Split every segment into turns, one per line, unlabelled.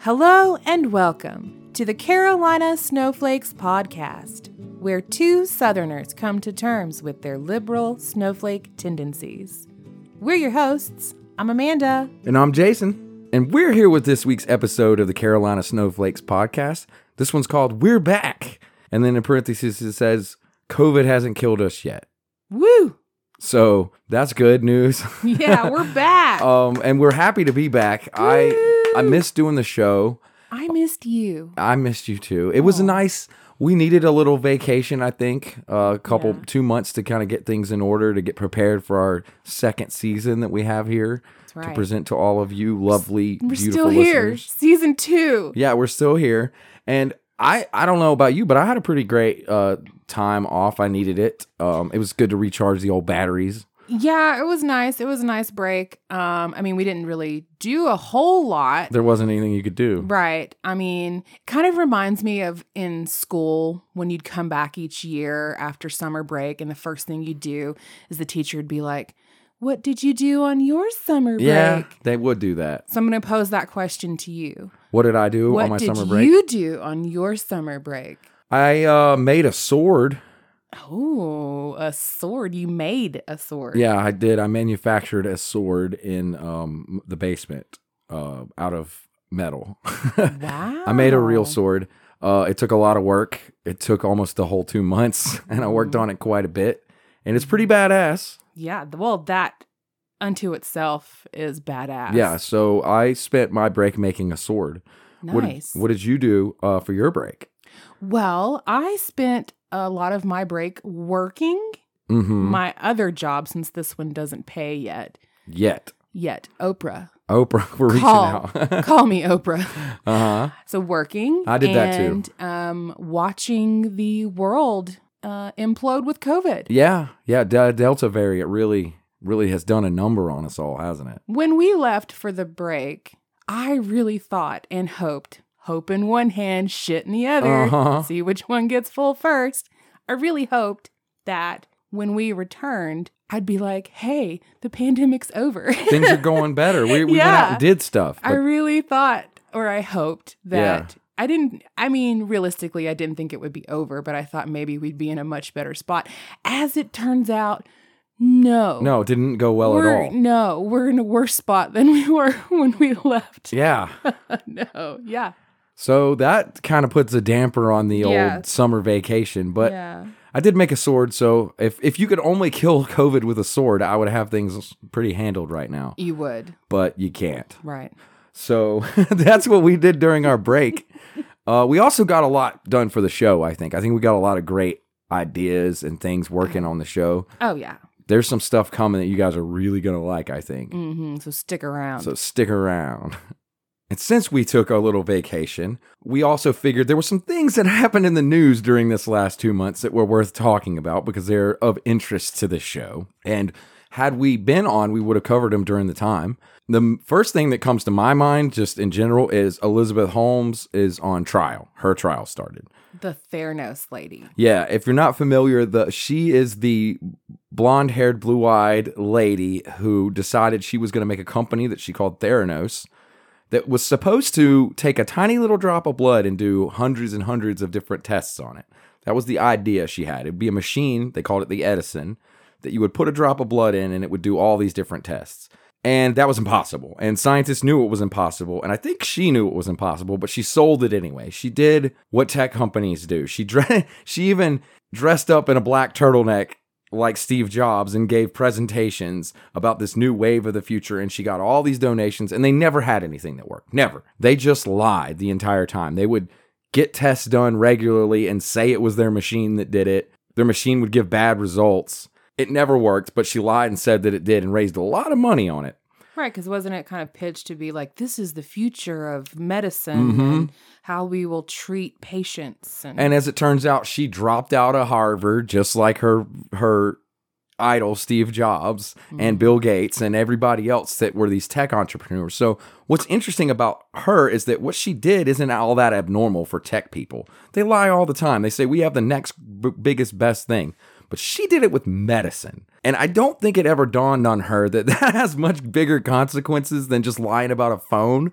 Hello and welcome to the Carolina Snowflakes Podcast, where two Southerners come to terms with their liberal snowflake tendencies. We're your hosts. I'm Amanda.
And I'm Jason. And we're here with this week's episode of the Carolina Snowflakes podcast. This one's called We're Back. And then in parentheses, it says, COVID hasn't killed us yet.
Woo!
So that's good news.
Yeah, we're back.
um, and we're happy to be back. I I missed doing the show.
I missed you.
I missed you too. It
Oh.
was a nice. We needed a little vacation, I think, a couple
Yeah.
two months to kind of get things in order to get prepared for our second season that we have here
right.
to present to all of you lovely,
We're
beautiful
still here,
listeners.
season two.
yeah we're still here and i i don't know about you but i had a pretty great uh time off i needed it um it was good to recharge the old batteries
Yeah, it was nice. It was a nice break. Um, I mean, we didn't really do a whole lot.
there wasn't anything you could do
Right. I mean, kind of reminds me of in school when you'd come back each year after summer break, and the first thing you'd do is the teacher would be like, What did you do on your summer break?
yeah they would do that
So I'm going to pose that question to you.
what did i do on my
what did
summer break
you do on your summer break?
i uh made a sword
Oh, a sword. You made a sword.
yeah i did i manufactured a sword in um the basement uh out of metal
Wow.
I made a
Oh.
real sword. Uh, it took a lot of work. It took almost the whole two months, and I
Mm.
worked on it quite a bit. And it's pretty badass.
Yeah. th- Well, that unto itself is badass.
Yeah. So I spent my break making a sword. What did-
Nice.
What, did you do uh, for your break?
Well, I spent a lot of my break working
Mm-hmm.
my other job since this one doesn't pay yet.
Yet
Yet, Oprah.
Oprah, we're
Call.
reaching out.
Call me Oprah.
uh huh.
So working.
I did that too.
and, um, watching the world uh, implode with COVID.
Yeah. Yeah. De- Delta variant really, really has done a number on us all, hasn't it?
When we left for the break, I really thought and hoped, hope in one hand, shit in the other,
Uh-huh.
see which one gets full first. I really hoped that when we returned, I'd be like, hey, the pandemic's over.
Things are going better. We, we went out
Yeah.
and did stuff.
I
but-
really thought or I hoped
Yeah.
that I didn't I mean realistically I didn't think it would be over but I thought maybe we'd be in a much better spot as it turns out no
no, it didn't go well
we're,
at all.
no we're in a worse spot than we were when we left
Yeah.
no yeah
So that kind of puts a damper on the
Yeah.
old summer vacation. But
yeah
I did make a sword, so if if you could only kill COVID with a sword, I would have things pretty handled right now.
you would
But you can't.
right
So that's what we did during our break. Uh, we also got a lot done for the show. I think. I think we got a lot of great ideas and things working on the show.
oh yeah
There's some stuff coming that you guys are really gonna like. I think.
hmm so stick around
So stick around. And since we took a little vacation, we also figured there were some things that happened in the news during this last two months that were worth talking about because they're of interest to this show. And had we been on, we would have covered them during the time. The m- first thing that comes to my mind, just in general, is Elizabeth Holmes is on trial. Her trial started.
the Theranos lady
Yeah, if you're not familiar, the she is the blonde-haired, blue-eyed lady who decided she was going to make a company that she called Theranos that was supposed to take a tiny little drop of blood and do hundreds and hundreds of different tests on it. That was the idea she had. It'd be a machine, they called it the Edison, that you would put a drop of blood in and it would do all these different tests. And that was impossible. And scientists knew it was impossible. And I think she knew it was impossible, but she sold it anyway. She did what tech companies do. She dre- she even dressed up in a black turtleneck like Steve Jobs and gave presentations about this new wave of the future and she got all these donations and they never had anything that worked. Never. They just lied the entire time. They would get tests done regularly and say it was their machine that did it. Their machine would give bad results. It never worked, but she lied and said that it did and raised a lot of money on it.
right because wasn't it kind of pitched to be like this is the future of medicine and how we will treat patients and,
Mm-hmm. And as it turns out, she dropped out of Harvard just like her her idol Steve Jobs and Bill Gates and everybody else that were these tech entrepreneurs. So what's interesting about her is that what she did isn't all that abnormal for tech people. They lie all the time. They say we have the next b- biggest best thing. But she did it with medicine. And I don't think it ever dawned on her that that has much bigger consequences than just lying about a phone.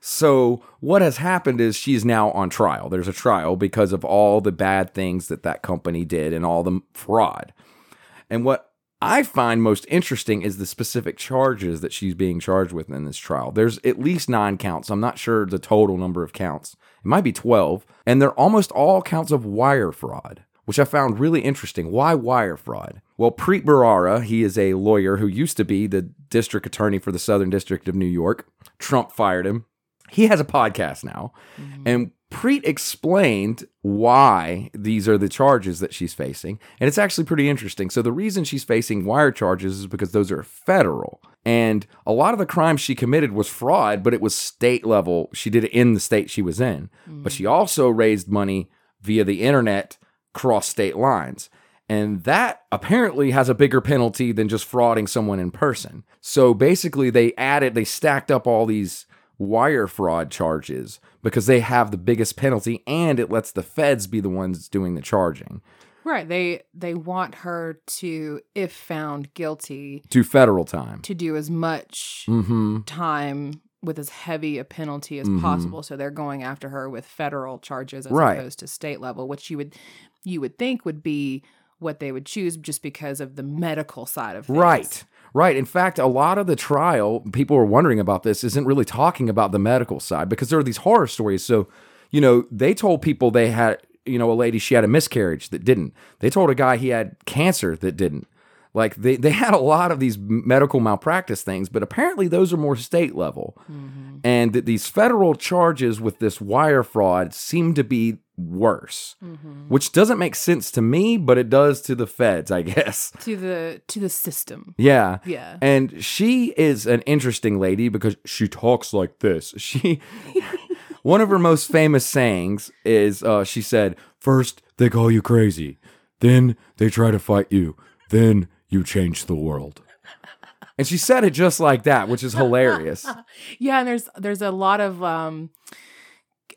So what has happened is she's now on trial. There's a trial because of all the bad things that that company did and all the fraud. And what I find most interesting is the specific charges that she's being charged with in this trial. There's at least nine counts. I'm not sure the total number of counts. It might be 12. And they're almost all counts of wire fraud, which I found really interesting. Why wire fraud? Well, Preet Bharara, he is a lawyer who used to be the district attorney for the Southern District of New York. Trump fired him. He has a podcast now. And Preet explained why these are the charges that she's facing. And it's actually pretty interesting. So, the reason she's facing wire charges is because those are federal. And a lot of the crimes she committed was fraud, but it was state level. She did it in the state she was in. But she also raised money via the internet cross state lines. And that apparently has a bigger penalty than just frauding someone in person. So basically, they added, they stacked up all these wire fraud charges because they have the biggest penalty and it lets the feds be the ones doing the charging
Right. They they want her to, if found guilty,
to federal time.
to do as much
hmm
time with as heavy a penalty as
Mhm.
possible. So they're going after her with federal charges as
Right.
opposed to state level, which you would you would think would be what they would choose just because of the medical side of things.
Right. Right. In fact, a lot of the trial, people are wondering about this, isn't really talking about the medical side because there are these horror stories. So, you know, they told people they had, you know, a lady, she had a miscarriage that didn't. They told a guy he had cancer that didn't. Like they, they had a lot of these medical malpractice things, but apparently those are more state level. And that these federal charges with this wire fraud seem to be worse, which doesn't make sense to me, but it does to the feds, I guess.
To the to the system.
Yeah.
Yeah.
And she is an interesting lady because she talks like this. She one of her most famous sayings is uh, she said, First they call you crazy, then they try to fight you, then you change the world. And she said it just like that, which is hilarious.
Yeah, and there's there's a lot of um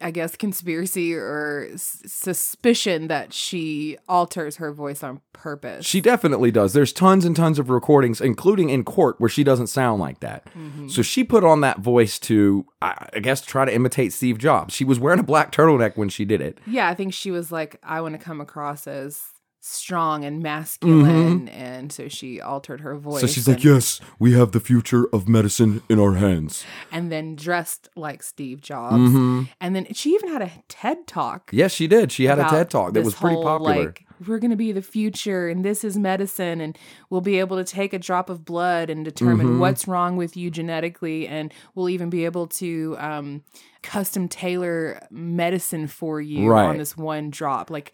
I guess conspiracy or s- suspicion that she alters her voice on purpose.
She definitely does. There's tons and tons of recordings, including in court, where she doesn't sound like that. So she put on that voice to, I I guess, try to imitate Steve Jobs. She was wearing a black turtleneck when she did it.
Yeah, I think she was like, I want to come across as strong and masculine, and so she altered her voice.
Mm-hmm. So she's
and,
like, yes, we have the future of medicine in our hands.
and then dressed like Steve Jobs, and then she even had a TED talk.
Yes, she did. She had Mm-hmm. a
about
TED talk that
this
was pretty
whole,
popular.
Like, we're going to be the future, and this is medicine, and we'll be able to take a drop of blood and determine
Mm-hmm.
what's wrong with you genetically, and we'll even be able to um, custom tailor medicine for you
Right.
on this one drop. Like,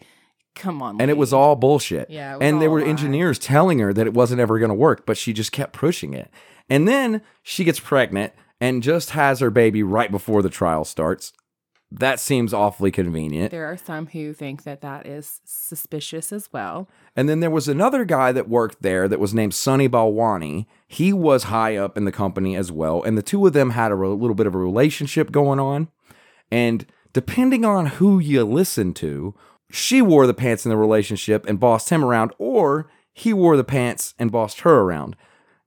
come on,
and it
lady.
was all bullshit.
Yeah, it was
and there
all
were
a lie.
engineers telling her that it wasn't ever going to work, but she just kept pushing it. And then she gets pregnant and just has her baby right before the trial starts. That seems awfully convenient.
There are some who think that that is suspicious as well.
And then there was another guy that worked there that was named Sonny Balwani. He was high up in the company as well. And the two of them had a re- little bit of a relationship going on. And depending on who you listen to, she wore the pants in the relationship and bossed him around, or he wore the pants and bossed her around.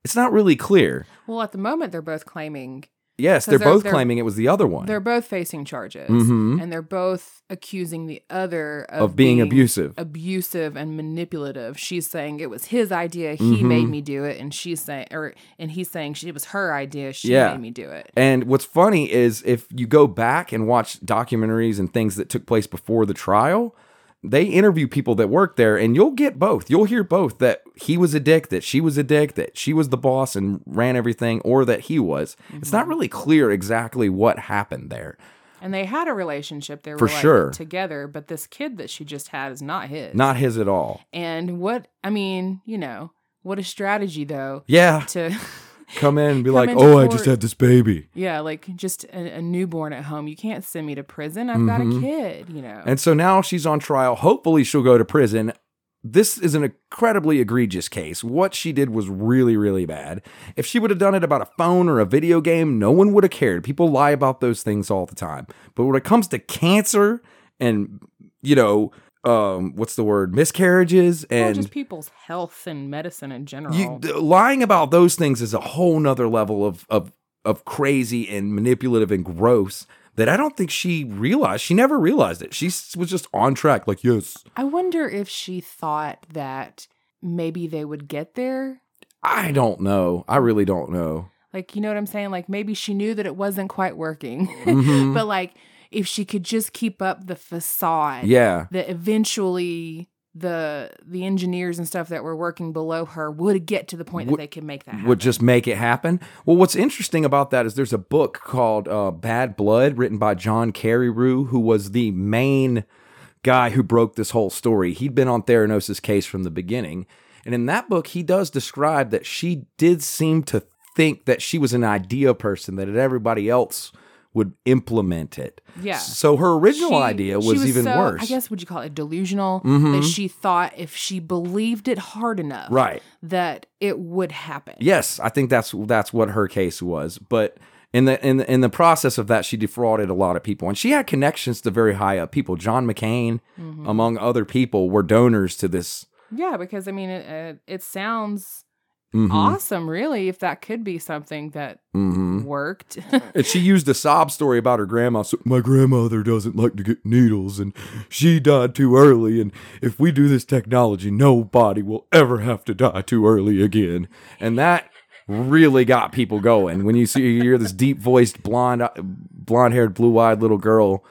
It's not really clear.
Well, at the moment, they're both claiming
Yes,
'Cause
they're,
they're-
both
they're-
claiming it was the other one
they're both facing charges
Mhm.
and they're both accusing the other of,
of being, abusive.
abusive and manipulative. She's saying it was his idea, he
Mhm.
made me do it, and she's saying, or and he's saying she, it was her idea, she
Yeah.
made me do it.
And what's funny is if you go back and watch documentaries and things that took place before the trial, they interview people that work there and you'll get both. You'll hear both that he was a dick, that she was a dick, that she was the boss and ran everything, or that he was. It's
Mm-hmm.
not really clear exactly what happened there.
And they had a relationship; they were
For
like
sure.
together. But this kid that she just had is not his.
Not his at all.
and what I mean, you know, what a strategy though
Yeah.
to.
Come in and be like,
into
oh, I
court.
just had this baby.
Yeah, like just a, a newborn at home. You can't send me to prison. I've got a kid, you know.
Mm-hmm. And so now she's on trial. Hopefully, she'll go to prison. This is an incredibly egregious case. What she did was really, really bad. If she would have done it about a phone or a video game, no one would have cared. People lie about those things all the time. But when it comes to cancer and, you know, um, what's the word? Miscarriages
Or
and
just people's health and medicine in general.
you, th- lying about those things is a whole nother level of of of crazy and manipulative and gross that I don't think she realized. She never realized it. She s- was just on track, like, yes.
I wonder if she thought that maybe they would get there.
I don't know. I really don't know.
Like, you know what I'm saying? Like, maybe she knew that it wasn't quite working.
Mhm.
but, like, if she could just keep up the facade,
yeah.
that eventually the the engineers and stuff that were working below her would get to the point that
Would-
they could make that happen.
Would just make it happen. Well, what's interesting about that is there's a book called uh, Bad Blood written by John Carreyrou, who was the main guy who broke this whole story. He'd been on Theranos' case from the beginning. And in that book, he does describe that she did seem to think that she was an idea person, that everybody else would implement it.
yeah.
So her original
She-
idea
she
was, even
so,
worse.
I guess would you call it delusional that
Mhm.
she thought if she believed it hard enough
Right.
that it would happen.
Yes, I think that's that's what her case was. But in the in the, in the process of that, she defrauded a lot of people, and she had connections to very high up people. John McCain,
Mhm.
among other people, were donors to this.
Yeah, because I mean it, uh, it sounds
Mhm,
awesome really if that could be something that
mhm.
worked.
And she used a sob story about her grandma. So my grandmother doesn't like to get needles, and she died too early. And if we do this technology, nobody will ever have to die too early again. And that really got people going. When you see you hear this deep voiced, blonde, blonde haired, blue eyed little girl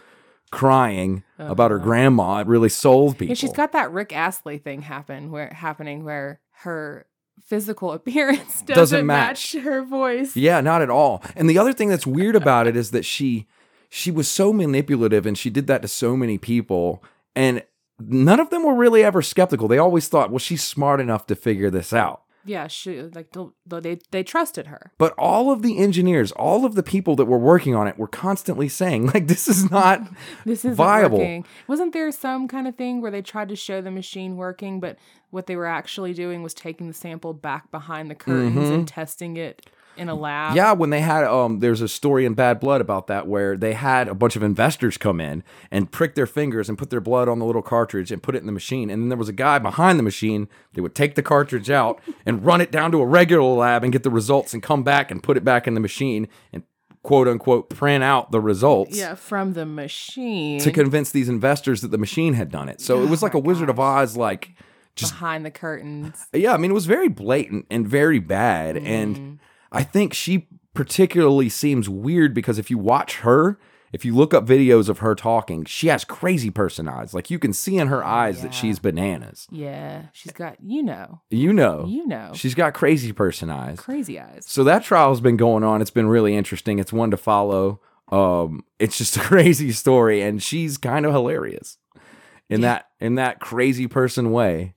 crying about her grandma, it really sold people.
Uh, Yeah, she's got that Rick Astley thing happen where happening where her physical appearance doesn't, match. her voice.
Yeah, not at all. And the other thing that's weird about it is that she she was so manipulative and she did that to so many people and none of them were really ever skeptical. They always thought, "Well, she's smart enough to figure this out."
Yeah, she like don't- though they they trusted her.
But all of the engineers, all of the people that were working on it were constantly saying, like, this is not
This is
Viable.
Working. Wasn't there some kind of thing where they tried to show the machine working, but what they were actually doing was taking the sample back behind the curtains and testing it in a lab?
Mm-hmm. Yeah, when they had um there's a story in Bad Blood about that where they had a bunch of investors come in and prick their fingers and put their blood on the little cartridge and put it in the machine. And then there was a guy behind the machine that would take the cartridge out and run it down to a regular lab and get the results and come back and put it back in the machine and quote unquote print out the results.
Yeah, from the machine
To convince these investors that the machine had done it. So it was like a Wizard of Oz like
behind the curtains.
yeah, I mean, it was very blatant and very bad.
Mm-hmm.
And I think she particularly seems weird because if you watch her, if you look up videos of her talking, she has crazy person eyes. Like you can see in her eyes that
Oh, Yeah.
she's bananas.
Yeah, she's got you know,
You know,
you know,
she's got crazy person eyes.
crazy eyes.
So that trial's been going on. It's been really interesting. It's one to follow. Um, it's just a crazy story, and she's kind of hilarious in that in that crazy person way.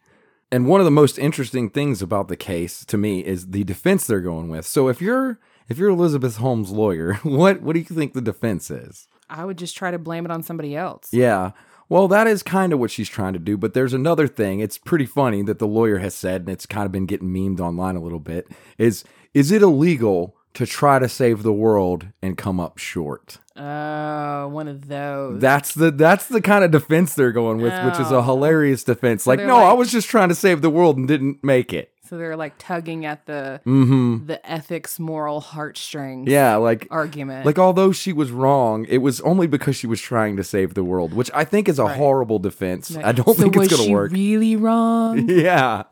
And one of the most interesting things about the case to me is the defense they're going with. So if you're if you're Elizabeth Holmes' lawyer, what what do you think the defense is?
I would just try to blame it on somebody else.
Yeah. Well, that is kind of what she's trying to do, but there's another thing. It's pretty funny that the lawyer has said, and it's kind of been getting memed online a little bit. Is is it illegal to try to save the world and come up short?
Oh, one of those.
That's the that's the kind of defense they're going with, which is
Oh.
a hilarious defense. Like,
they're
no, I
like-
was just trying to save the world and didn't make it.
so they're like tugging at the
Mm-hmm.
the ethics, moral heartstrings.
Yeah, like
Argument.
like although she was wrong, it was only because she was trying to save the world, which I think is a
Right.
horrible defense.
Like,
I don't
so
think it's
was
gonna
she
work.
Really wrong.
yeah.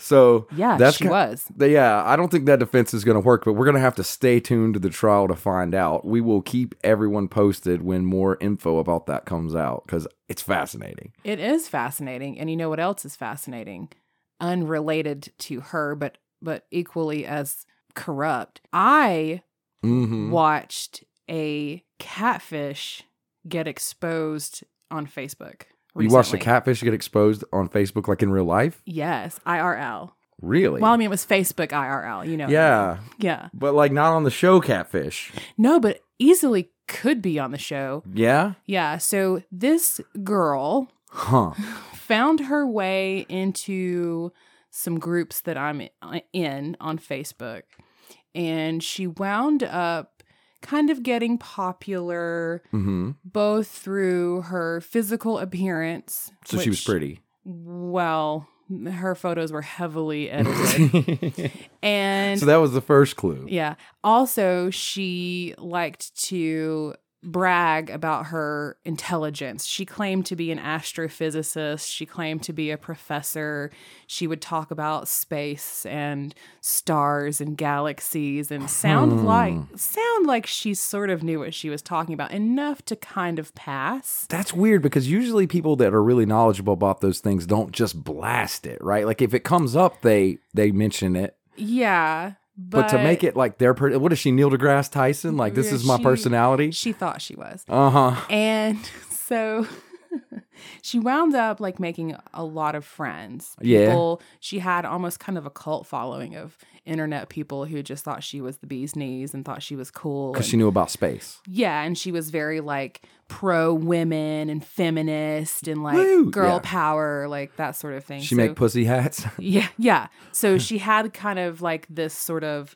So
Yeah,
that's
she
ki-
was.
Th- Yeah, I don't think that defense is going to work, but we're going to have to stay tuned to the trial to find out. We will keep everyone posted when more info about that comes out because it's fascinating.
It is fascinating, and you know what else is fascinating? Unrelated to her, but but equally as corrupt. I
Mm-hmm.
watched a catfish get exposed on Facebook.
You watched
recently.
the catfish get exposed on Facebook, like in real life?
Yes, IRL.
Really?
Well, I mean, it was Facebook IRL. You know.
yeah,
Yeah.
but like not on the show Catfish.
No, but easily could be on the show.
Yeah?
Yeah. So this girl
Huh.
found her way into some groups that I'm in on Facebook. And she wound up kind of getting popular
Mm-hmm.
both through her physical appearance.
So she was
which-
pretty.
Well, her photos were heavily edited. and
so that was the first clue.
yeah, also she liked to brag about her intelligence. She claimed to be an astrophysicist, she claimed to be a professor. She would talk about space and stars and galaxies and sound
Hmm.
like sound like she sort of knew what she was talking about enough to kind of pass.
That's weird because usually people that are really knowledgeable about those things don't just blast it, right? Like if it comes up, they they mention it.
Yeah. But,
But, to make it like their, per- what is she, Neil deGrasse Tyson? Like this
Yeah,
is my
she-
personality.
she thought she was.
Uh huh.
And so she wound up like making a lot of friends.
Yeah.
People, she had almost kind of a cult following of internet people who just thought she was the bee's knees and thought she was cool.
Because
and-
she knew about space.
yeah, and she was very like pro women and feminist and like
Woo!
girl
Yeah.
power, like that sort of thing.
She
So-
make pussy hats.
yeah, yeah. So she had kind of like this sort of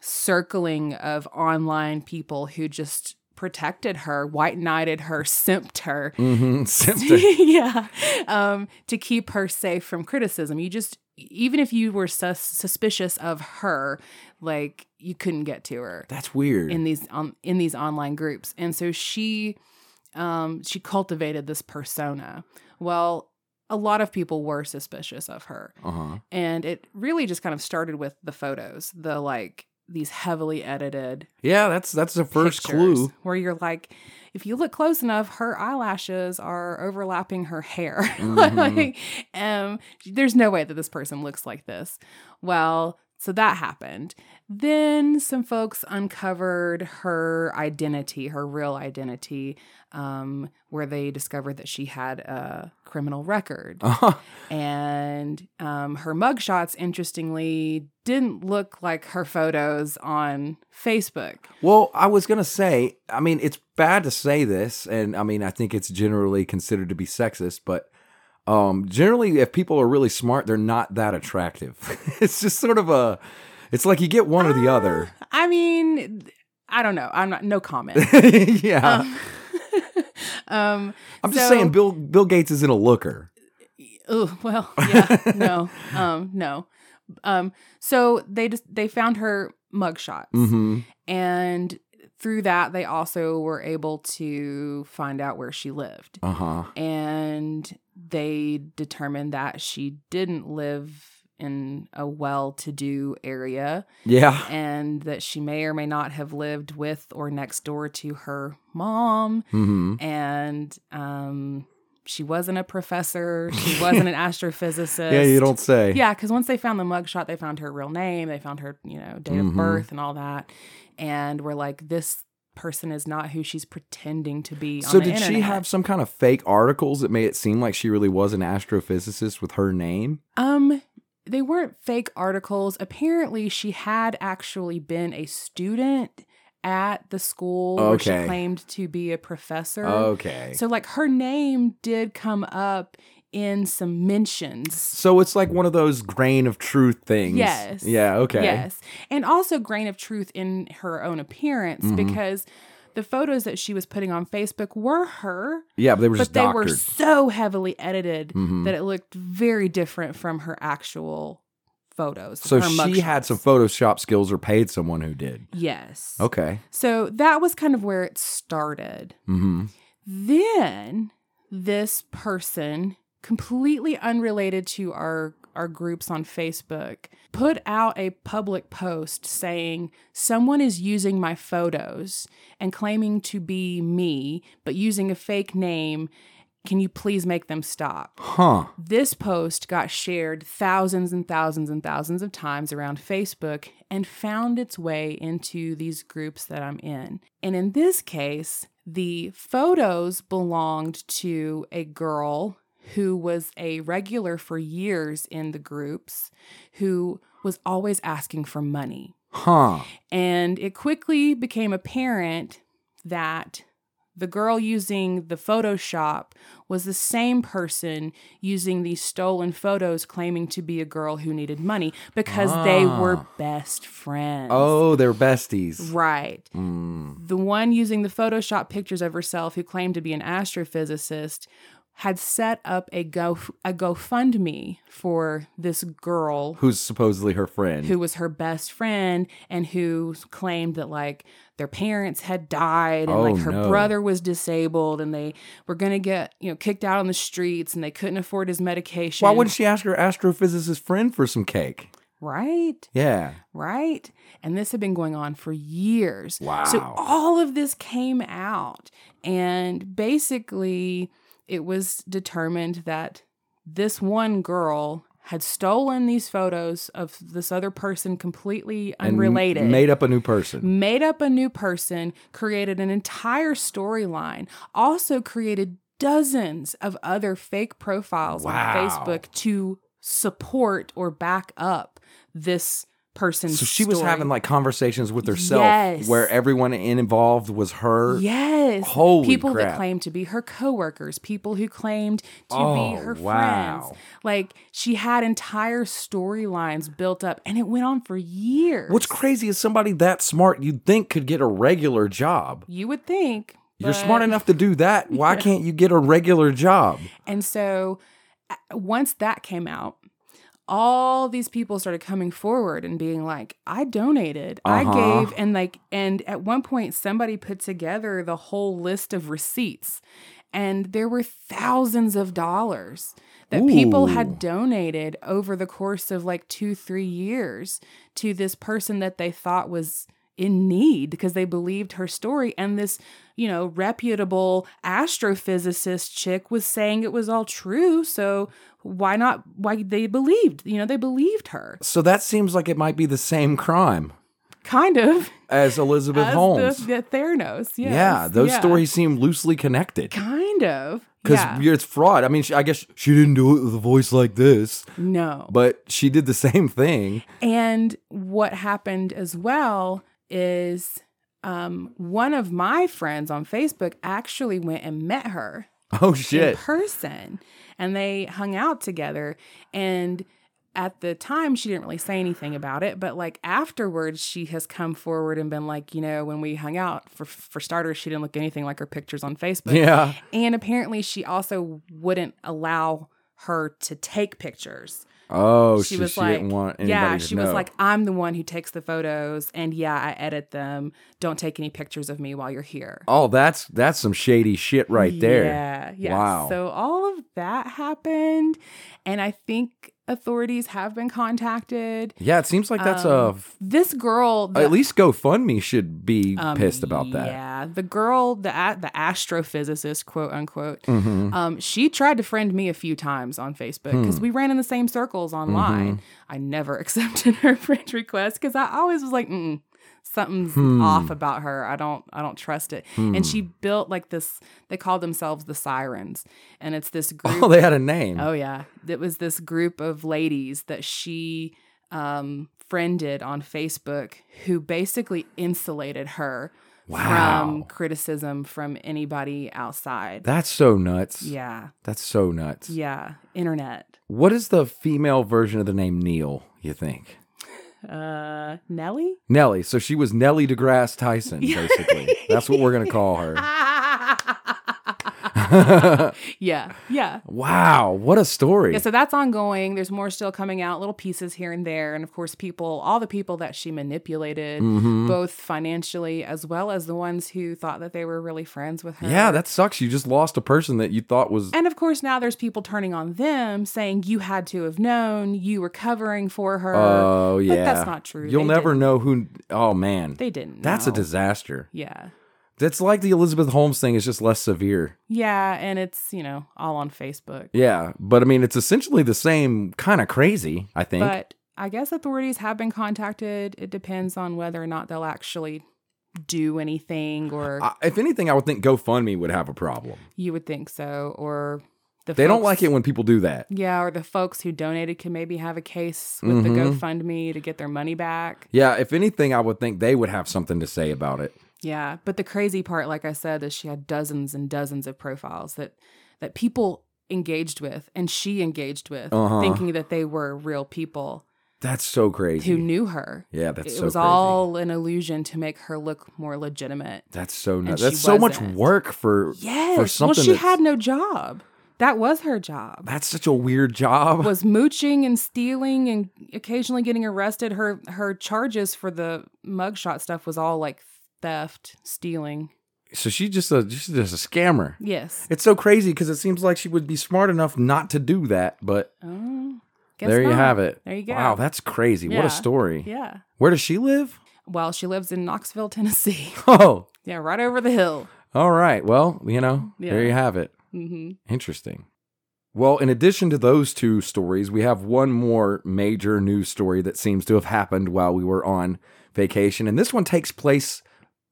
circling of online people who just protected her, white knighted her, simped her.
mm-hmm. Simpson.
yeah. Um, to keep her safe from criticism. You just even if you were sus- suspicious of her, like you couldn't get to her
That's weird.
in these on in these online groups and so she um she cultivated this persona well a lot of people were suspicious of her
uh huh.
and it really just kind of started with the photos the like these heavily edited
Yeah, that's that's the first
pictures
clue.
where you're like if you look close enough her eyelashes are overlapping her hair
Mm-hmm.
like, um there's no way that this person looks like this well so that happened then some folks uncovered her identity her real identity um, where they discovered that she had a criminal record
Uh-huh.
and um, her mugshots interestingly didn't look like her photos on facebook
Well, I was going to say, I mean, it's bad to say this, and I mean, I think it's generally considered to be sexist, but um, generally, if people are really smart, they're not that attractive. it's just sort of a, it's like you get one or the other.
Uh, I mean, I don't know. I'm not no comment.
yeah.
um, um,
I'm just
so-
saying, Bill Bill Gates isn't a looker.
ugh, well, yeah, no, um, no. Um, so they just they found her mugshots,
hmm
and through that they also were able to find out where she lived,
Uh huh.
and they determined that she didn't live in a well-to-do area.
Yeah.
and that she may or may not have lived with or next door to her mom.
hmm
And um, she wasn't a professor. She wasn't an astrophysicist.
Yeah, you don't say.
Yeah, because once they found the mugshot, they found her real name, they found her, you know, date
Mhm.
of birth and all that. And we're like, this person is not who she's pretending to be.
So
on the
did she
internet.
have some kind of fake articles that made it seem like she really was an astrophysicist with her name?
Um, they weren't fake articles. Apparently, she had actually been a student at the school where she
Okay.
claimed to be a professor.
Okay.
So, like, her name did come up in some mentions.
So it's like one of those grain of truth things.
Yes.
Yeah. Okay.
Yes. And also, grain of truth in her own appearance
Mhm.
because the photos that she was putting on Facebook were her,
Yeah, but they were
but
just
they
doctored.
were so heavily edited
Mhm.
that it looked very different from her actual photos.
so
her
she had
mugshots.
some Oh. Photoshop skills or paid someone who did.
Yes.
Okay.
So that was kind of where it started.
Mm-hmm.
Then this person, completely unrelated to our our groups on Facebook, put out a public post saying someone is using my photos and claiming to be me, but using a fake name. Can you please make them stop?
Huh.
This post got shared thousands and thousands and thousands of times around Facebook and found its way into these groups that I'm in. And in this case, the photos belonged to a girl who was a regular for years in the groups who was always asking for money.
Huh.
And it quickly became apparent that the girl using the Photoshop was the same person using these stolen photos claiming to be a girl who needed money because they were
Ah.
best friends.
Oh, they're besties.
Right.
Mm.
The one using the Photoshop pictures of herself who claimed to be an astrophysicist had set up a go a GoFundMe for this girl
Who's supposedly her friend?
who was her best friend and who claimed that like their parents had died and
Oh,
like her
no.
brother was disabled and they were going to get, you know, kicked out on the streets and they couldn't afford his medication.
Why wouldn't she ask her astrophysicist friend for some cake?
Right?
Yeah.
Right? And this had been going on for years. So
Wow.
all of this came out and basically it was determined that this one girl had stolen these photos of this other person completely
And m-
unrelated
made up a new person.
made up a new person, created an entire storyline, also created dozens of other fake profiles
Wow.
on Facebook to support or back up this person's
So she was
story.
having like conversations with herself
Yes.
where everyone in- involved was her.
Yes.
Holy
people that
crap.
claimed to be her coworkers, people who claimed to
Oh,
be her
wow.
friends. Like she had entire storylines built up and it went on for years.
What's crazy is somebody that smart you'd think could get a regular job.
you would think
You're smart
but-
enough to do that. Why can't you get a regular job?
And so a- once that came out, all these people started coming forward and being like, I donated, I
Uh-huh.
gave, and like, and at one point, somebody put together the whole list of receipts, and there were thousands of dollars that people
Ooh.
had donated over the course of like two, three years to this person that they thought was in need because they believed her story and this you know reputable astrophysicist chick was saying it was all true so why not why they believed you know they believed her
So that seems like it might be the same crime
kind of
as Elizabeth
as
Holmes.
the, the Theranos yes,
yeah, those
yeah.
stories seem loosely connected.
kind of
Because
yeah.
it's fraud. I mean, she, I guess she didn't do it with a voice like this,
no
but she did the same thing.
And what happened as well is um, one of my friends on Facebook actually went and met her
Oh,
in
shit.
person and they hung out together. And at the time, she didn't really say anything about it, but like afterwards, she has come forward and been like, you know, when we hung out, for, for starters, she didn't look anything like her pictures on Facebook.
Yeah.
And apparently, she also wouldn't allow her to take pictures
Oh,
she
she,
was
she
like,
didn't want anybody
yeah,
to
she
know.
was like, I'm the one who takes the photos, and yeah, I edit them. Don't take any pictures of me while you're here.
oh, that's that's some shady shit right there.
Yeah, yeah.
Wow.
So all of that happened, and I think authorities have been contacted.
Yeah, it seems like that's a.
Um, This girl, the-
At least GoFundMe should be
um,
pissed about that.
Yeah, the girl, the a- the astrophysicist, quote unquote.
Mhm.
Um, she tried to friend me a few times on Facebook because
Hmm.
we ran in the same circles
Mm-hmm.
online. I never accepted her friend request because I always was like, mm, something's
Hmm.
off about her. I don't, I don't trust it. And she built like this. They call themselves the Sirens, and it's this group.
Oh, they had a name.
Oh yeah, it was this group of ladies that she um, friended on Facebook who basically insulated her from
Wow.
criticism from anybody outside.
That's so nuts.
yeah,
That's so nuts.
yeah, internet.
What is the female version of the name Neil, you think?
Uh, Nelly.
Nellie. So she was Nellie deGrasse Tyson, basically. That's what we're going to call her.
yeah, yeah.
Wow. What a story.
Yeah, so that's ongoing. There's more still coming out, little pieces here and there. And of course, people, all the people that she manipulated,
Mm-hmm.
both financially as well as the ones who thought that they were really friends with her.
yeah, that sucks. You just lost a person that you thought was.
And of course, now there's people turning on them saying, you had to have known, you were covering for her.
Oh, yeah.
But that's not true.
You'll
They
never
didn't-
know who. Oh, man.
They didn't.
That's a
know.
disaster.
Yeah.
That's like the Elizabeth Holmes thing, it's just less severe.
Yeah. And it's, you know, all on Facebook.
Yeah, but I mean, it's essentially the same kind of crazy, I think.
But I guess authorities have been contacted. It depends on whether or not they'll actually do anything or.
I, if anything, I would think GoFundMe would have a problem.
You would think so, or the
They don't
folks-
like it when people do that.
Yeah, or the folks who donated can maybe have a case with the
Mhm.
GoFundMe to get their money back.
Yeah, if anything, I would think they would have something to say about it.
Yeah, but the crazy part, like I said, is she had dozens and dozens of profiles that that people engaged with and she engaged with,
Uh-huh.
thinking that they were real people
That's so crazy.
who knew her.
yeah, that's
it
so
was
crazy.
all an illusion to make her look more legitimate.
that's so nuts.
she
That's so much
wasn't.
work for
Yes.
for
well,
something.
she
that's-
had no job. That was her job.
That's such a weird job.
Was mooching and stealing and occasionally getting arrested. Her her charges for the mugshot stuff was all like theft, stealing.
So she just a she's just a scammer.
Yes.
It's so crazy because it seems like she would be smart enough not to do that, but
Oh, guess
there you
not.
have it.
There you go.
Wow, that's crazy. What
Yeah.
a story.
Yeah.
Where does she live?
Well, she lives in Knoxville, Tennessee.
Oh,
yeah, right over the hill.
all right. Well, you know, there
Yeah.
you have it.
hmm
Interesting. Well, in addition to those two stories, we have one more major news story that seems to have happened while we were on vacation. And this one takes place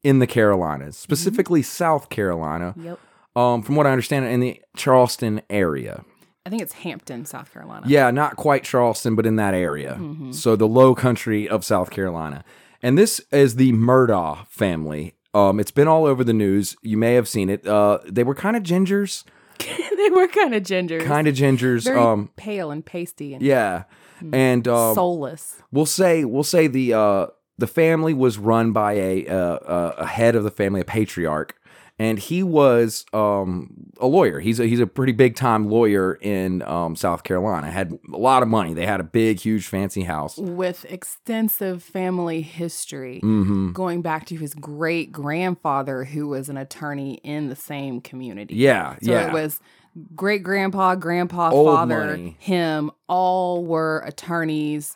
in the
Mm-hmm.
Carolinas, specifically South Carolina,
Yep.
um, from what I understand, in the Charleston area.
I think it's Hampton, South Carolina.
Yeah, not quite Charleston, but in that area.
Mhm.
So the low country of South Carolina. And this is the Murdaugh family. Um, it's been all over the news. You may have seen it. Uh, they were kind of gingers,
they were kind of ginger.
kind of gingers.
Very
um,
pale and pasty and
yeah. And um,
soulless.
we'll say we'll say the uh, the family was run by a, uh, uh, a head of the family, a patriarch, and he was um, a lawyer. He's a, he's a pretty big time lawyer in um, South Carolina. Had a lot of money. They had a big, huge, fancy house.
With extensive family history
Mm-hmm.
going back to his great grandfather, who was an attorney in the same community.
Yeah,
So
yeah.
it was great grandpa, grandpa,
Old
father,
money.
him, all were attorneys,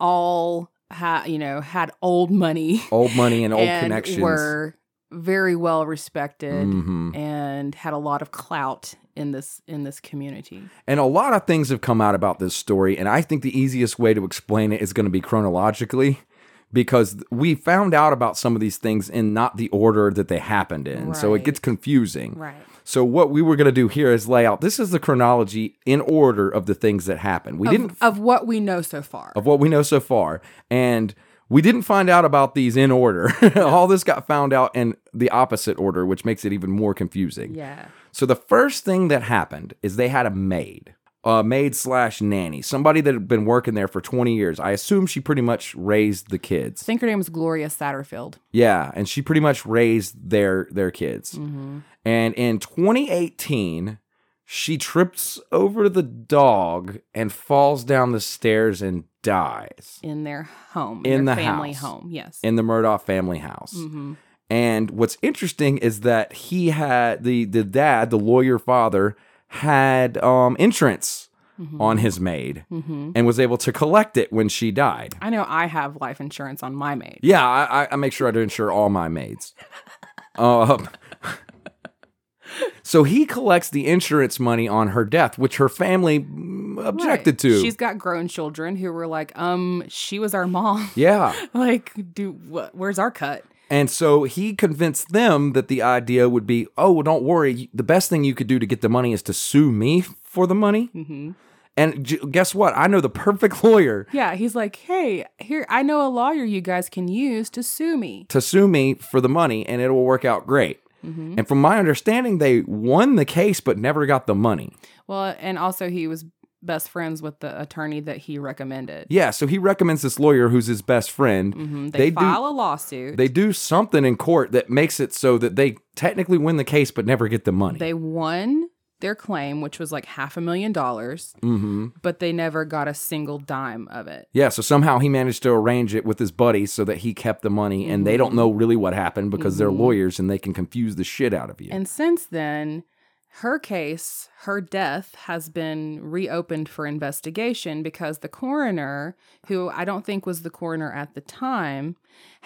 all ha- you know, had old money
old money and old
and
connections.
were very well respected
Mhm.
and had a lot of clout in this in this community.
And a lot of things have come out about this story, and I think the easiest way to explain it is going to be chronologically because we found out about some of these things in not the order that they happened in. So it
Right.
gets confusing.
Right.
So what we were going to do here is lay out this is the chronology in order of the things that happened. We didn't
Of, of what we know so far.
of what we know so far. And we didn't find out about these in order. All this got found out in the opposite order, which makes it even more confusing.
yeah.
So the first thing that happened is they had a maid, a maid slash nanny, somebody that had been working there for 20 years. I assume she pretty much raised the
I
kids.
think her name was Gloria Satterfield.
Yeah, and she pretty much raised their their kids.
Mm. Mm-hmm.
And in 2018, she trips over the dog and falls down the stairs and dies
In their home.
In
their
the
family
house.
home. Yes.
in the Murdoch family house.
Mhm.
And what's interesting is that he had the the dad, the lawyer father, had um, insurance
Mm-hmm.
on his maid
Mhm.
and was able to collect it when she died.
I know I have life insurance on my maid.
Yeah, I, I- I make sure I do insure all my maids. Um, so he collects the insurance money on her death, which her family mm, objected
Right.
to.
She's got grown children who were like, um, she was our mom.
yeah.
like, do what? Where's our cut?
And so he convinced them that the idea would be, oh, well, don't worry. The best thing you could do to get the money is to sue me for the money.
hmm
And j- guess what? I know the perfect lawyer
Yeah. He's like, hey, here, I know a lawyer you guys can use to sue me.
to sue me for the money, and it will work out great.
Mm-hmm.
And from my understanding, they won the case but never got the money.
Well, and also he was best friends with the attorney that he recommended.
Yeah, so he recommends this lawyer who's his best friend.
hmm They,
They do-
file a lawsuit.
They do something in court that makes it so that they technically win the case but never get the money.
They won their claim, which was like half a million dollars,
hmm
but they never got a single dime of it.
Yeah, so somehow he managed to arrange it with his buddy so that he kept the money, and they don't know really what happened because they're lawyers and they can confuse the shit out of you.
And since then, her case, her death, has been reopened for investigation because the coroner, who I don't think was the coroner at the time,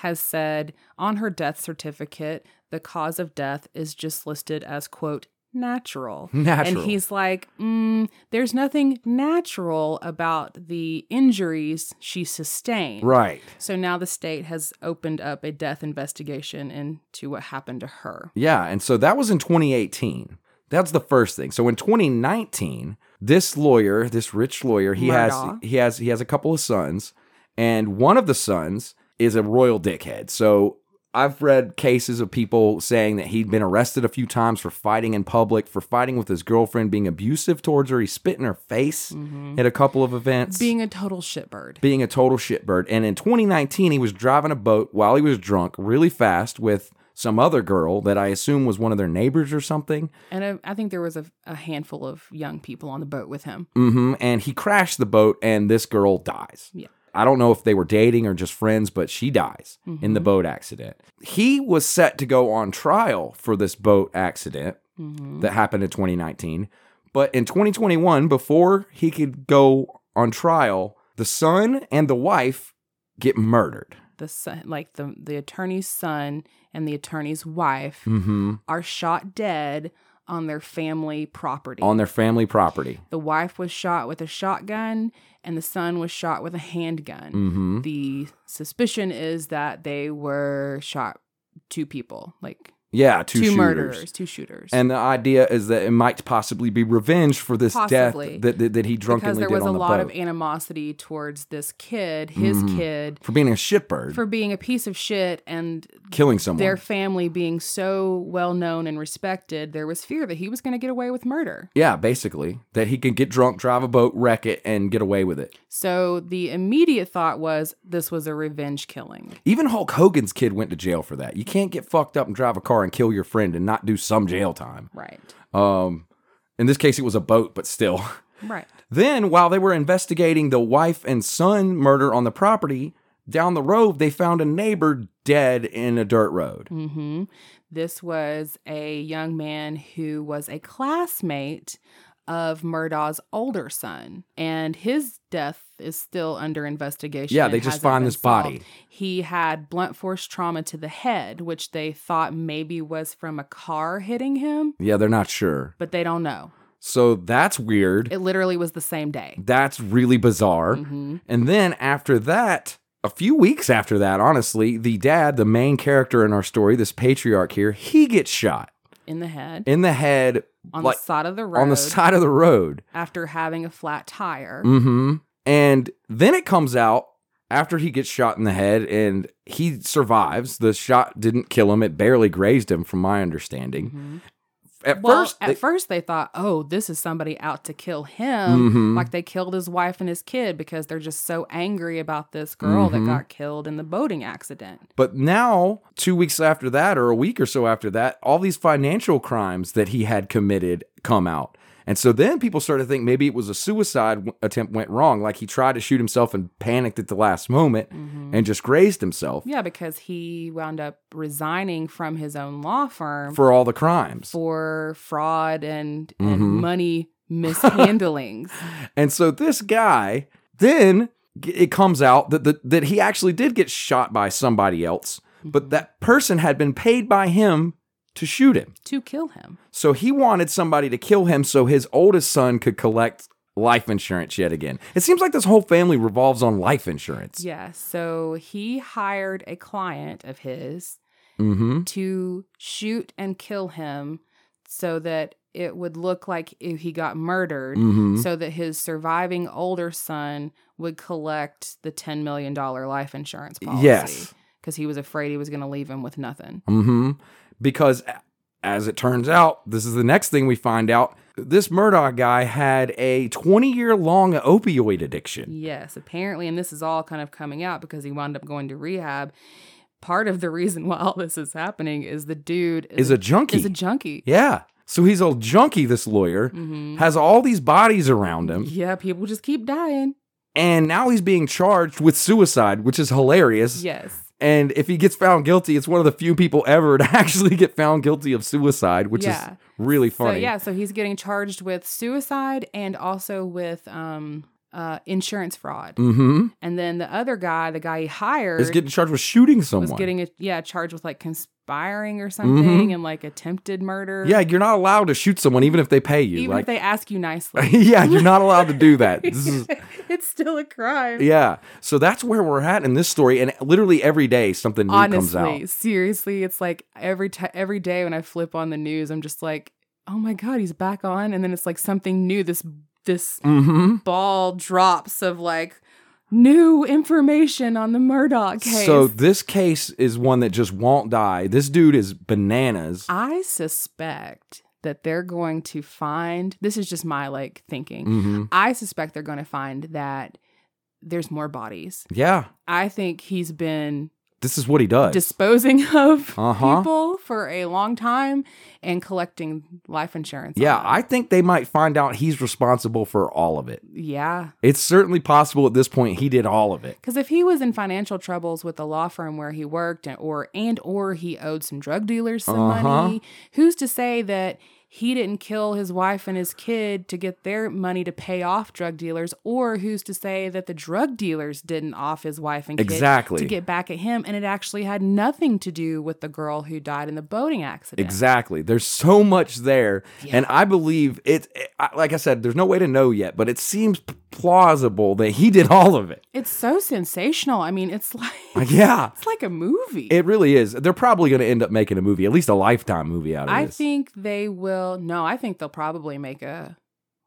has said on her death certificate, the cause of death is just listed as, quote, natural.
Natural.
And he's like, mm, there's nothing natural about the injuries she sustained.
right.
So now the state has opened up a death investigation into what happened to her.
Yeah, and so that was in 2018. That's the first thing. So in 2019, this lawyer, this rich lawyer, he has
Murdaugh.
he has he has a couple of sons, and one of the sons is a royal dickhead. So I've read cases of people saying that he'd been arrested a few times for fighting in public, for fighting with his girlfriend, being abusive towards her. He spit in her face at a couple of events.
Being a total shitbird.
being a total shitbird. And in 2019, he was driving a boat while he was drunk really fast with some other girl that I assume was one of their neighbors or something.
And I, I think there was a, a handful of young people on the boat with him.
hmm And he crashed the boat, and this girl dies.
Yeah.
I don't know if they were dating or just friends, but she dies in the
Mhm.
boat accident. He was set to go on trial for this boat accident
Mhm.
that happened in 2019. But in 2021, before he could go on trial, the son and the wife get murdered.
the son, like the the attorney's son and the attorney's wife
Mm-hmm.
are shot dead on their family property.
On their family property.
the wife was shot with a shotgun and the son was shot with a handgun.
Mm-hmm.
The suspicion is that they were shot two people, like
Yeah, two,
two,
shooters.
murderers, two shooters.
And the idea is that it might possibly be revenge for this
Possibly.
death that, that, that he
because
drunkenly
there
did
was
on
a
the
lot
boat
of animosity towards this kid, his
Mhm.
kid,
for being a shitbird,
for being a piece of shit and
killing someone.
their family being so well known and respected, there was fear that he was going to get away with murder.
yeah, basically that he can get drunk, drive a boat, wreck it, and get away with it.
So the immediate thought was this was a revenge killing.
Even Hulk Hogan's kid went to jail for that. You can't get fucked up and drive a car and kill your friend and not do some jail time.
Right.
Um, in this case, it was a boat, but still.
Right.
Then, while they were investigating the wife and son murder on the property down the road, they found a neighbor dead in a dirt road.
hmm This was a young man who was a classmate of Murdaugh's older son, and his death is still under investigation.
Yeah,
and
they just
hasn't
find
been
this body.
solved. He had blunt force trauma to the head, which they thought maybe was from a car hitting him,
Yeah, they're not sure.
but they don't know.
So that's weird.
It literally was the same day.
That's really bizarre.
Mhm.
And then after that, a few weeks after that, honestly, the dad, the main character in our story, this patriarch here, he gets shot
In the head,
in the head
on
like,
the side of the road,
on the side of the road.
after having a flat tire.
Mm-hmm. And then it comes out after he gets shot in the head and he survives. The shot didn't kill him, it barely grazed him, from my understanding.
Mhm.
At
well,
first,
at
they-
first they thought, oh, this is somebody out to kill him.
Mhm.
Like they killed his wife and his kid because they're just so angry about this girl
Mhm.
that got killed in the boating accident.
But now, two weeks after that, or a week or so after that, all these financial crimes that he had committed come out. And so then people started to think maybe it was a suicide w- attempt went wrong. Like he tried to shoot himself and panicked at the last moment
Mm-hmm.
and just grazed himself
Yeah, because he wound up resigning from his own law firm for,
for all the crimes.
fraud and,
Mhm.
and money mishandlings.
And so this guy, then g- it comes out that, that, that he actually did get shot by somebody else,
Mm-hmm.
but that person had been paid by him to shoot him.
to kill him.
So he wanted somebody to kill him so his oldest son could collect life insurance yet again. It seems like this whole family revolves on life insurance.
Yeah, so he hired a client of his
Mm-hmm.
to shoot and kill him so that it would look like if he got murdered
Mm-hmm.
so that his surviving older son would collect the $10 million life insurance policy.
Yes.
Because he was afraid he was going to leave him with nothing.
Mm-hmm. Because a- as it turns out, this is the next thing we find out. This Murdoch guy had a 20 year long opioid addiction.
Yes, apparently, and this is all kind of coming out because he wound up going to rehab. Part of the reason why all this is happening is the dude
Is a junkie.
Is a junkie.
yeah. So he's a junkie, this lawyer,
Mhm.
has all these bodies around him.
Yeah, people just keep dying.
And now he's being charged with suicide, which is hilarious.
Yes.
And if he gets found guilty, it's one of the few people ever to actually get found guilty of suicide, which
Yeah.
is really funny.
So yeah, so he's getting charged with suicide and also with um uh insurance fraud.
Mm-hmm.
And then the other guy, the guy he hired,
Is getting charged with shooting someone. Mm-hmm.
was getting a yeah charged with like conspiring or something and like attempted murder.
yeah, you're not allowed to shoot someone even if they pay you.
even if
like,
they ask you nicely,
yeah, you're not allowed to do that. This is-
it's still a crime.
yeah. So that's where we're at in this story, and literally every day something new comes out.
Honestly, seriously, it's like every ti every day when I flip on the news, I'm just like, oh my god, he's back on, and then it's like something new. This this
Mm-hmm.
ball drops of like new information on the Murdoch case.
So this case is one that just won't die. This dude is bananas.
I suspect that they're going to find this is just my like thinking.
Mm-hmm.
I suspect they're going to find that there's more bodies.
Yeah.
I think he's been
This is what he does.
disposing of
Uh-huh.
people for a long time and collecting life insurance. on
yeah,
them.
I think they might find out he's responsible for all of it.
yeah.
It's certainly possible at this point he did all of it.
Because if he was in financial troubles with the law firm where he worked, and, or and or he owed some drug dealers some
Uh-huh.
money, who's to say that he didn't kill his wife and his kid to get their money to pay off drug dealers, or who's to say that the drug dealers didn't off his wife and kid
Exactly.
to get back at him, and it actually had nothing to do with the girl who died in the boating accident?
Exactly. There's so much there, and I believe it. it- I- like I said, there's no way to know yet, but it seems p- plausible that he did all of it.
It's so sensational. I mean, it's like
Like, yeah,
it's like a movie.
it really is. They're probably going to end up making a movie, at least a lifetime movie out of
I
this.
think they will. No, I think they'll probably make a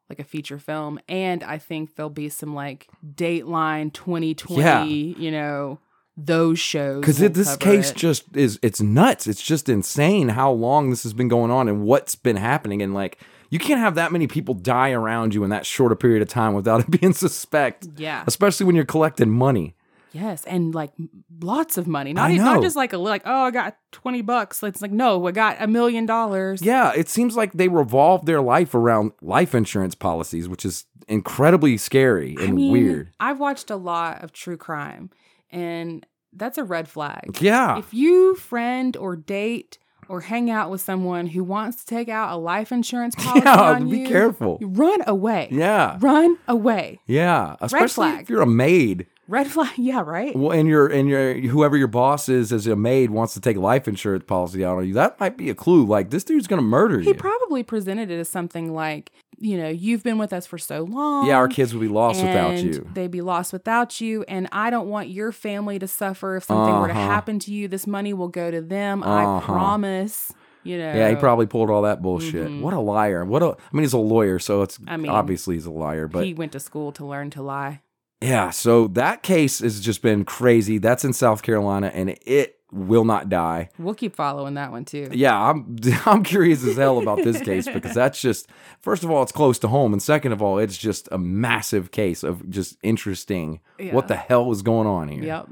like a feature film, and I think there'll be some like Dateline 2020.
Yeah.
You know those shows
because
will
this
cover
case
it.
just is it's nuts it's just insane how long this has been going on and what's been happening and like you can't have that many people die around you in that short a period of time without it being suspect
yeah,
especially when you're collecting money
yes, and like m- lots of money. Not
I
e- not
know.
just like a li- like oh I got twenty bucks. It's like no, I got a million dollars.
yeah it seems like they revolve their life around life insurance policies which is incredibly scary and
I mean,
weird
I've watched a lot of true crime, and that's a red flag.
yeah
If you friend or date or hang out with someone who wants to take out a life insurance policy
yeah
on
be
you,
careful
run away.
yeah
Run away.
yeah especially
flag.
if you're a maid
Red flag. Yeah, right?
Well, and your and your whoever your boss is as a maid wants to take life insurance policy out on you. That might be a clue. Like this dude's gonna murder
He
you.
probably presented it as something like, you know, you've been with us for so long.
yeah, our kids would be lost without
and
you.
They'd be lost without you. And I don't want your family to suffer if something were to
Uh-huh.
happen to you. This money will go to them. I
Uh-huh.
promise. You know.
Yeah, he probably pulled all that bullshit.
Mhm.
What a liar! What a I mean, he's a lawyer, so it's
I mean,
obviously he's a liar. But
he went to school to learn to lie.
yeah, so that case has just been crazy. That's in South Carolina, and it will not die.
We'll keep following that one too.
Yeah, I'm I'm curious as hell about this case because that's just first of all it's close to home, and second of all it's just a massive case of just interesting. What the hell is going on here?
Yep.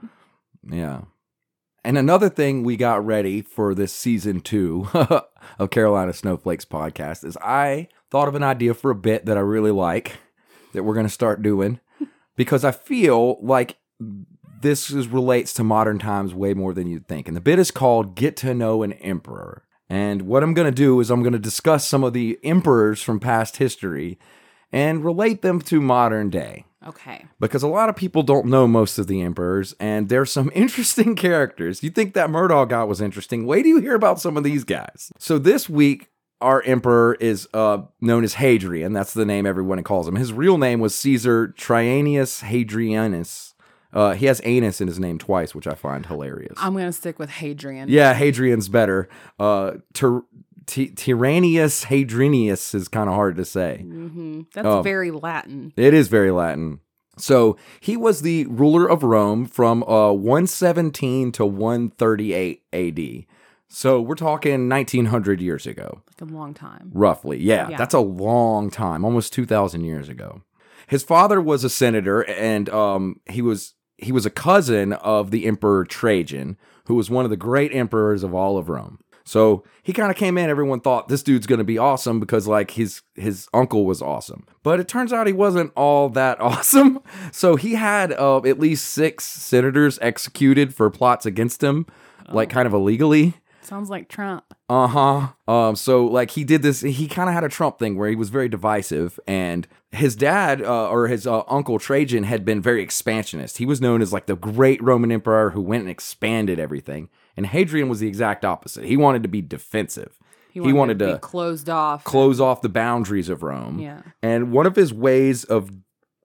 Yeah. And another thing we got ready for this season two of Carolina Snowflakes podcast is I thought of an idea for a bit that I really like that we're going to start doing because I feel like this is, relates to modern times way more than you'd think. And the bit is called Get to Know an Emperor. And what I'm going to do is I'm going to discuss some of the emperors from past history and relate them to modern day
Okay.
because a lot of people don't know most of the emperors, and there's some interesting characters. You think that Murdaugh guy was interesting? Wait do you hear about some of these guys. So this week, our emperor is uh, known as Hadrian. That's the name everyone calls him. His real name was Caesar Trianius Hadrianus. Uh, he has anus in his name twice, which I find hilarious.
I'm gonna stick with Hadrian.
yeah, Hadrian's better. Uh, Tyr- T- Tyrannius Hadrinius is kind of hard to say.
hmm That's
Oh.
very Latin.
It is very Latin. So he was the ruler of Rome from uh, 117 to 138 AD. So we're talking 1900 years ago,
Like a long time.
roughly. Yeah,
Yeah.
that's a long time, almost 2,000 years ago. His father was a senator, and um, he was he was a cousin of the emperor Trajan, who was one of the great emperors of all of Rome. So he kind of came in. Everyone thought this dude's going to be awesome because like his his uncle was awesome, but it turns out he wasn't all that awesome. So he had uh, at least six senators executed for plots against him, like kind of illegally.
Sounds like Trump.
Uh huh. Um. So like he did this. He kind of had a Trump thing where he was very divisive, and his dad uh, or his uh, uncle Trajan had been very expansionist. He was known as like the great Roman emperor who went and expanded everything. And Hadrian was the exact opposite. He wanted to be defensive. He wanted,
it
to
be closed off.
close off the boundaries of Rome.
yeah.
And one of his ways of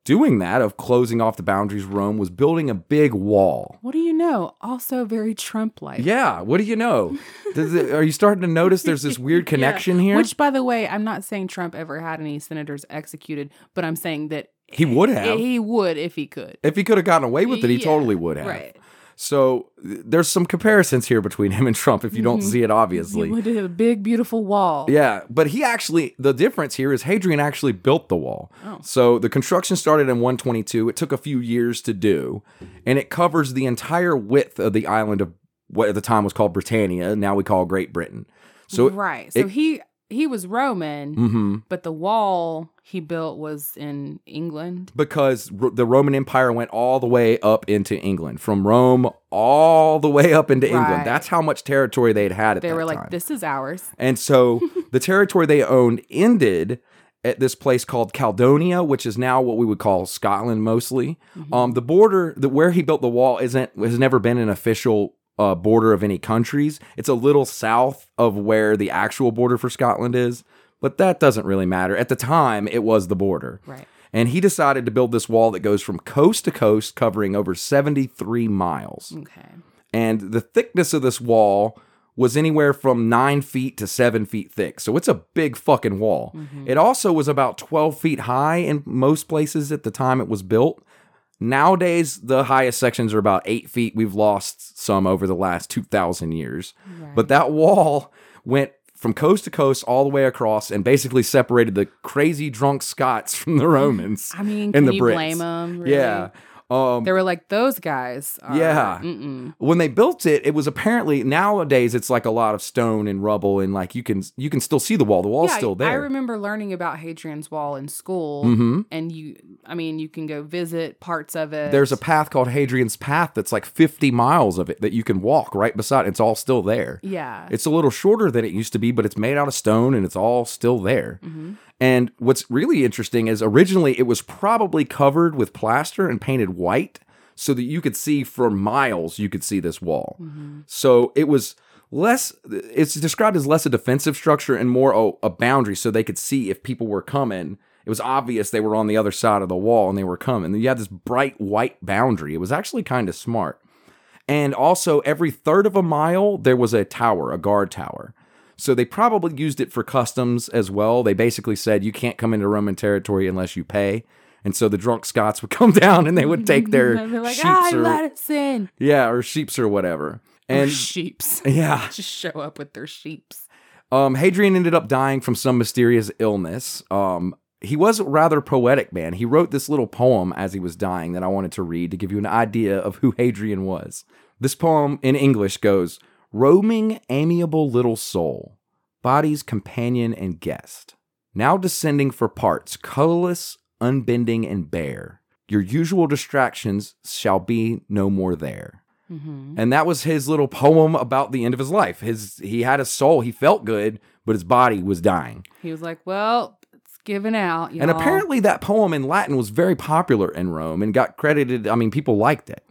doing that, of closing off the boundaries of Rome, was building a big wall.
What do you know? Also very Trump like.
Yeah, what do you know? Does it, are you starting to notice there's this weird connection here?
Which, by the way, I'm not saying Trump ever had any senators executed, but I'm saying that
He would
i-
have.
he would if he could.
If he could have gotten away with it, he
Yeah,
totally would have.
Right.
So th- there's some comparisons here between him and Trump if you don't
Mhm.
see it obviously.
You look at a big, beautiful wall.
Yeah, but he actually the difference here is Hadrian actually built the wall.
Oh.
So the construction started in 122. It took a few years to do, and it covers the entire width of the island of what at the time was called Britannia, now we call Great Britain. So
right. So
it-
he he was Roman,
mhm.
but the wall he built was in England.
because Ro- the Roman Empire went all the way up into England, from Rome all the way up into
Right.
England. That's how much territory they'd had at
They
that
were like,
time.
"This is ours."
And so the territory they owned ended at this place called Caledonia, which is now what we would call Scotland mostly. Um, the border the, where he built the wall isn't has never been an official uh, border of any countries. It's a little south of where the actual border for Scotland is, but that doesn't really matter. At the time, it was the border.
Right.
And he decided to build this wall that goes from coast to coast, covering over 73 miles
Okay.
and the thickness of this wall was anywhere from nine feet to seven feet thick. So it's a big fucking wall. It also was about 12 feet high in most places at the time it was built. Nowadays, the highest sections are about eight feet. We've lost some over the last 2,000 years. But that wall went from coast to coast all the way across and basically separated the crazy drunk Scots from the Romans.
I mean,
and
can
the
you
Brits.
blame them?
Yeah. Um,
They were like, "Those guys." Are,
Yeah.
Mm-mm.
when they built it, it was apparently nowadays it's like a lot of stone and rubble and like you can you can still see the wall. The wall's
Yeah, I-
still there. Mm-hmm.
I remember learning about Hadrian's Wall in school, and you, I mean, you can go visit parts of it.
There's a path called Hadrian's Path that's like 50 miles of it that you can walk right beside. It's all still there.
yeah,
It's a little shorter than it used to be, but it's made out of stone and it's all still there. And what's really interesting is originally it was probably covered with plaster and painted white so that you could see for miles, you could see this wall. So it was less, it's described as less a defensive structure and more a, a boundary so they could see if people were coming. It was obvious they were on the other side of the wall and they were coming. You had this bright white boundary. It was actually kind of smart. And also, every third of a mile, there was a tower, a guard tower. So they probably used it for customs as well. They basically said, you can't come into Roman territory unless you pay. And so the drunk Scots would come down and they would take their
They'd be like,
sheeps
"Ah,
or,
let us in."
yeah, or sheeps or whatever.
And
And
sheeps
yeah,
just show up with their sheeps.
um, Hadrian ended up dying from some mysterious illness. Um, he was a rather poetic man. He wrote this little poem as he was dying that I wanted to read to give you an idea of who Hadrian was. This poem in English goes Roaming, amiable little soul, body's companion and guest, now descending for parts, colorless, unbending, and bare. Your usual distractions shall be no more there.
Mm-hmm.
And that was his little poem about the end of his life. His he had a soul, he felt good, but his body was dying.
He was like, "Well, it's given out."
And
y'all."
apparently that poem in Latin was very popular in Rome and got credited, I mean people liked it.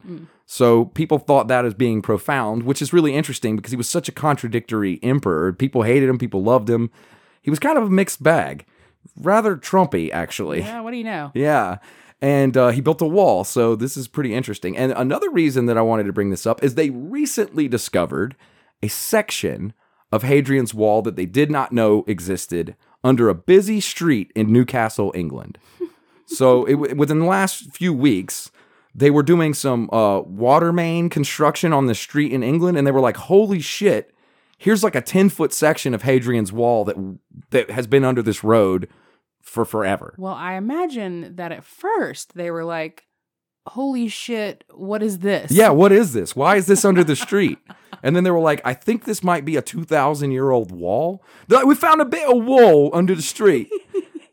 So people thought that as being profound, which is really interesting because he was such a contradictory emperor. People hated him, people loved him. He was kind of a mixed bag. Rather Trumpy actually.
yeah. What do you know?
Yeah. And uh, he built a wall. So this is pretty interesting. And another reason that I wanted to bring this up is they recently discovered a section of Hadrian's Wall that they did not know existed under a busy street in Newcastle, England. So it, w- within the last few weeks, they were doing some uh, water main construction on the street in England, and they were like, "Holy shit! Here's like a ten foot section of Hadrian's Wall that that has been under this road for forever."
Well, I imagine that at first they were like, "Holy shit, what is this?"
Yeah, what is this? Why is this under the street? And then they were like, I think this might be a 2,000 year old wall. They're like, we found a bit of wool under the street.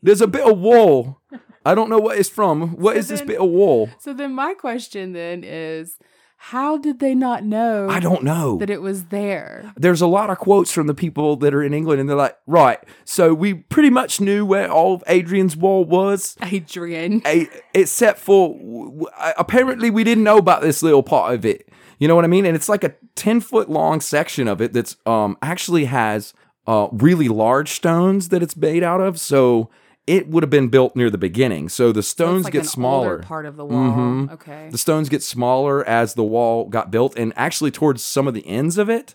There's a bit of wool. I don't know what it's from. What is this
then-
bit of wool?
So then my question then is, how did they not know
I don't know.
that it was there?
There's a lot of quotes from the people that are in England, and they're like, right, so we pretty much knew where all of Adrian's wall was.
Adrian.
a, except for w- w- apparently we didn't know about this little part of it. You know what I mean? And it's like a ten foot long section of it that's um actually has uh really large stones that it's made out of. So it would have been built near the beginning. So the stones
It's like
get
an
smaller. Mm-hmm.
older part of the wall. Okay.
The stones get smaller as the wall got built, and actually towards some of the ends of it,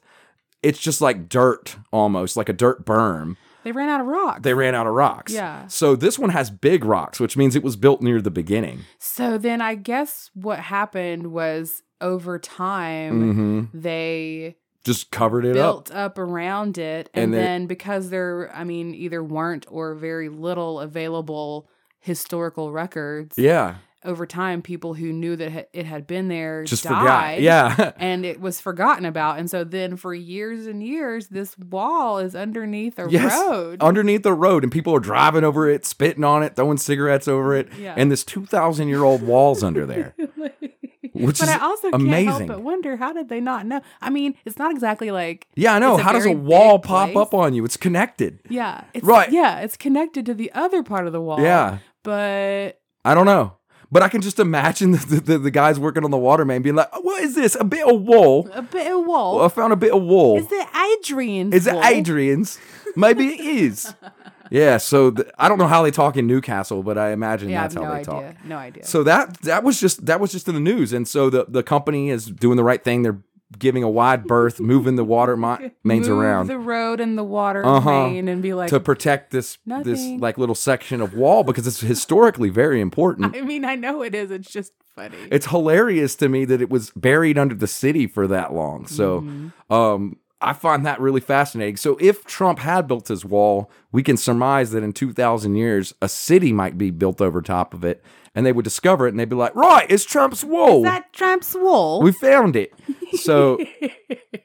it's just like dirt almost, like a dirt berm
They ran out of rock.
they ran out of rocks.
Yeah.
So this one has big rocks, which means it was built near the beginning.
so then I guess what happened was
over time
hmm
they
Just covered it up.
built up. around it and,
And they're-
then because there i mean either weren't or very little available historical records
Yeah.
over time people who knew that ha- it had been there
Just
died
forgot. Yeah.
and it was forgotten about and so then for years and years this wall is underneath a
Yes. Oh,
road
Underneath the road, and people are driving over it, spitting on it, throwing cigarettes over it,
Yeah.
and this 2,000 year old wall's under there, which
but
is
i also can't
amazing.
help but wonder how did they not know i mean it's not exactly like
yeah, I know.
it's a
How does a
very
wall
big
pop
place.
up on you? It's connected.
yeah it's,
Right.
yeah it's connected to the other part of the wall
Yeah.
but
I don't know. But I can just imagine the, the, the guys working on the water main being like, what is this? A bit of wool.
a bit of wall
Well, I found a bit of wool.
Is it Adrian's?
Is it
wall?
Adrian's? Maybe it is. Yeah, so th- I don't know how they talk in Newcastle, but I imagine
Yeah, I have
that's
no
how they
idea.
talk.
No idea.
So that that was just that was just in the news, and so the the company is doing the right thing. They're giving a wide berth, moving the water mi- mains
Move
around
the road and the water
Uh-huh.
main and be like.
to protect this
Nothing.
this like little section of wall because it's historically very important.
I mean, I know it is. It's just funny.
it's hilarious to me that it was buried under the city for that long. So um, I find that really fascinating. So if Trump had built his wall, we can surmise that in 2,000 years, a city might be built over top of it. And they would discover it and they'd be like, right, it's Trump's wall.
Is that Trump's wall?
we found it. So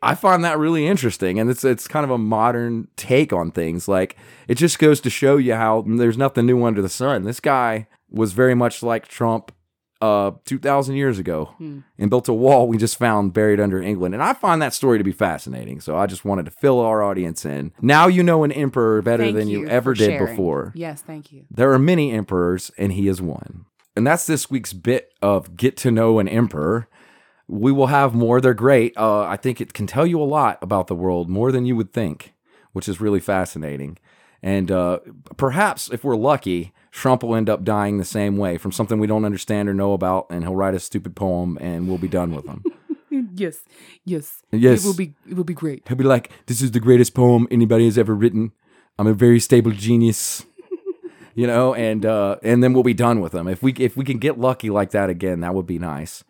I find that really interesting. And it's, it's kind of a modern take on things. Like it just goes to show you how there's nothing new under the sun. This guy was very much like Trump uh, 2,000 years ago
Hmm.
and built a wall we just found buried under England. And I find that story to be fascinating. So I just wanted to fill our audience in. Now you know an emperor better
Thank
than you,
you
ever
for
did
sharing.
before.
Yes, thank you.
There are many emperors, and he is one. And that's this week's bit of Get to Know an Emperor. We will have more. They're great. Uh, I think it can tell you a lot about the world, more than you would think, which is really fascinating. And uh, perhaps if we're lucky, Trump will end up dying the same way from something we don't understand or know about, and he'll write a stupid poem and we'll be done with him.
Yes, yes,
Yes.
It will be. It will be great.
He'll be like, "This is the greatest poem anybody has ever written. I'm a very stable genius." you know, and uh, and then we'll be done with him. If we if we can get lucky like that again, that would be nice.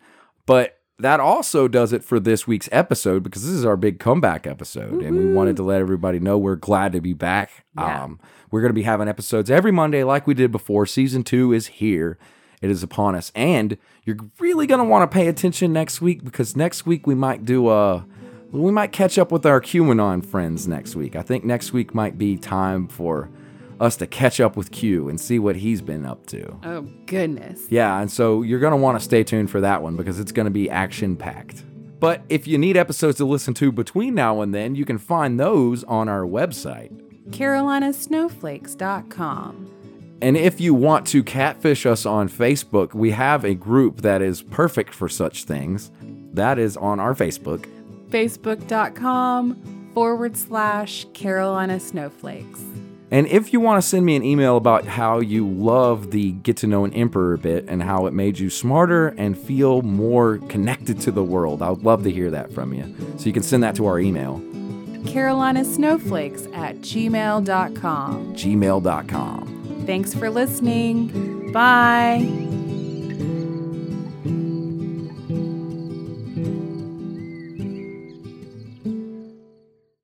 But that also does it for this week's episode because this is our big comeback episode, and we wanted to let everybody know we're glad to be back.
Yeah.
Um, we're going to be having episodes every Monday like we did before. Season two is here. It is upon us, and you're really going to want to pay attention next week because next week we might do a. We might catch up with our QAnon friends next week. I think next week might be time for us to catch up with Q and see what he's been up to.
Oh goodness.
Yeah, and so you're going to want to stay tuned for that one because it's going to be action packed. But if you need episodes to listen to between now and then, you can find those on our website.
carolinasnowflakes.com.
And if you want to catfish us on Facebook, we have a group that is perfect for such things. That is on our Facebook.
Facebook.com.
Forward slash Carolina Snowflakes.
And if you want to send me an email about how you love the Get to Know an Emperor bit and how it made you smarter and feel more connected to the world, I would love to hear that from you. So you can send that to our email,
Carolina Snowflakes at gmail.com.
gmail.com.
Thanks for listening. Bye.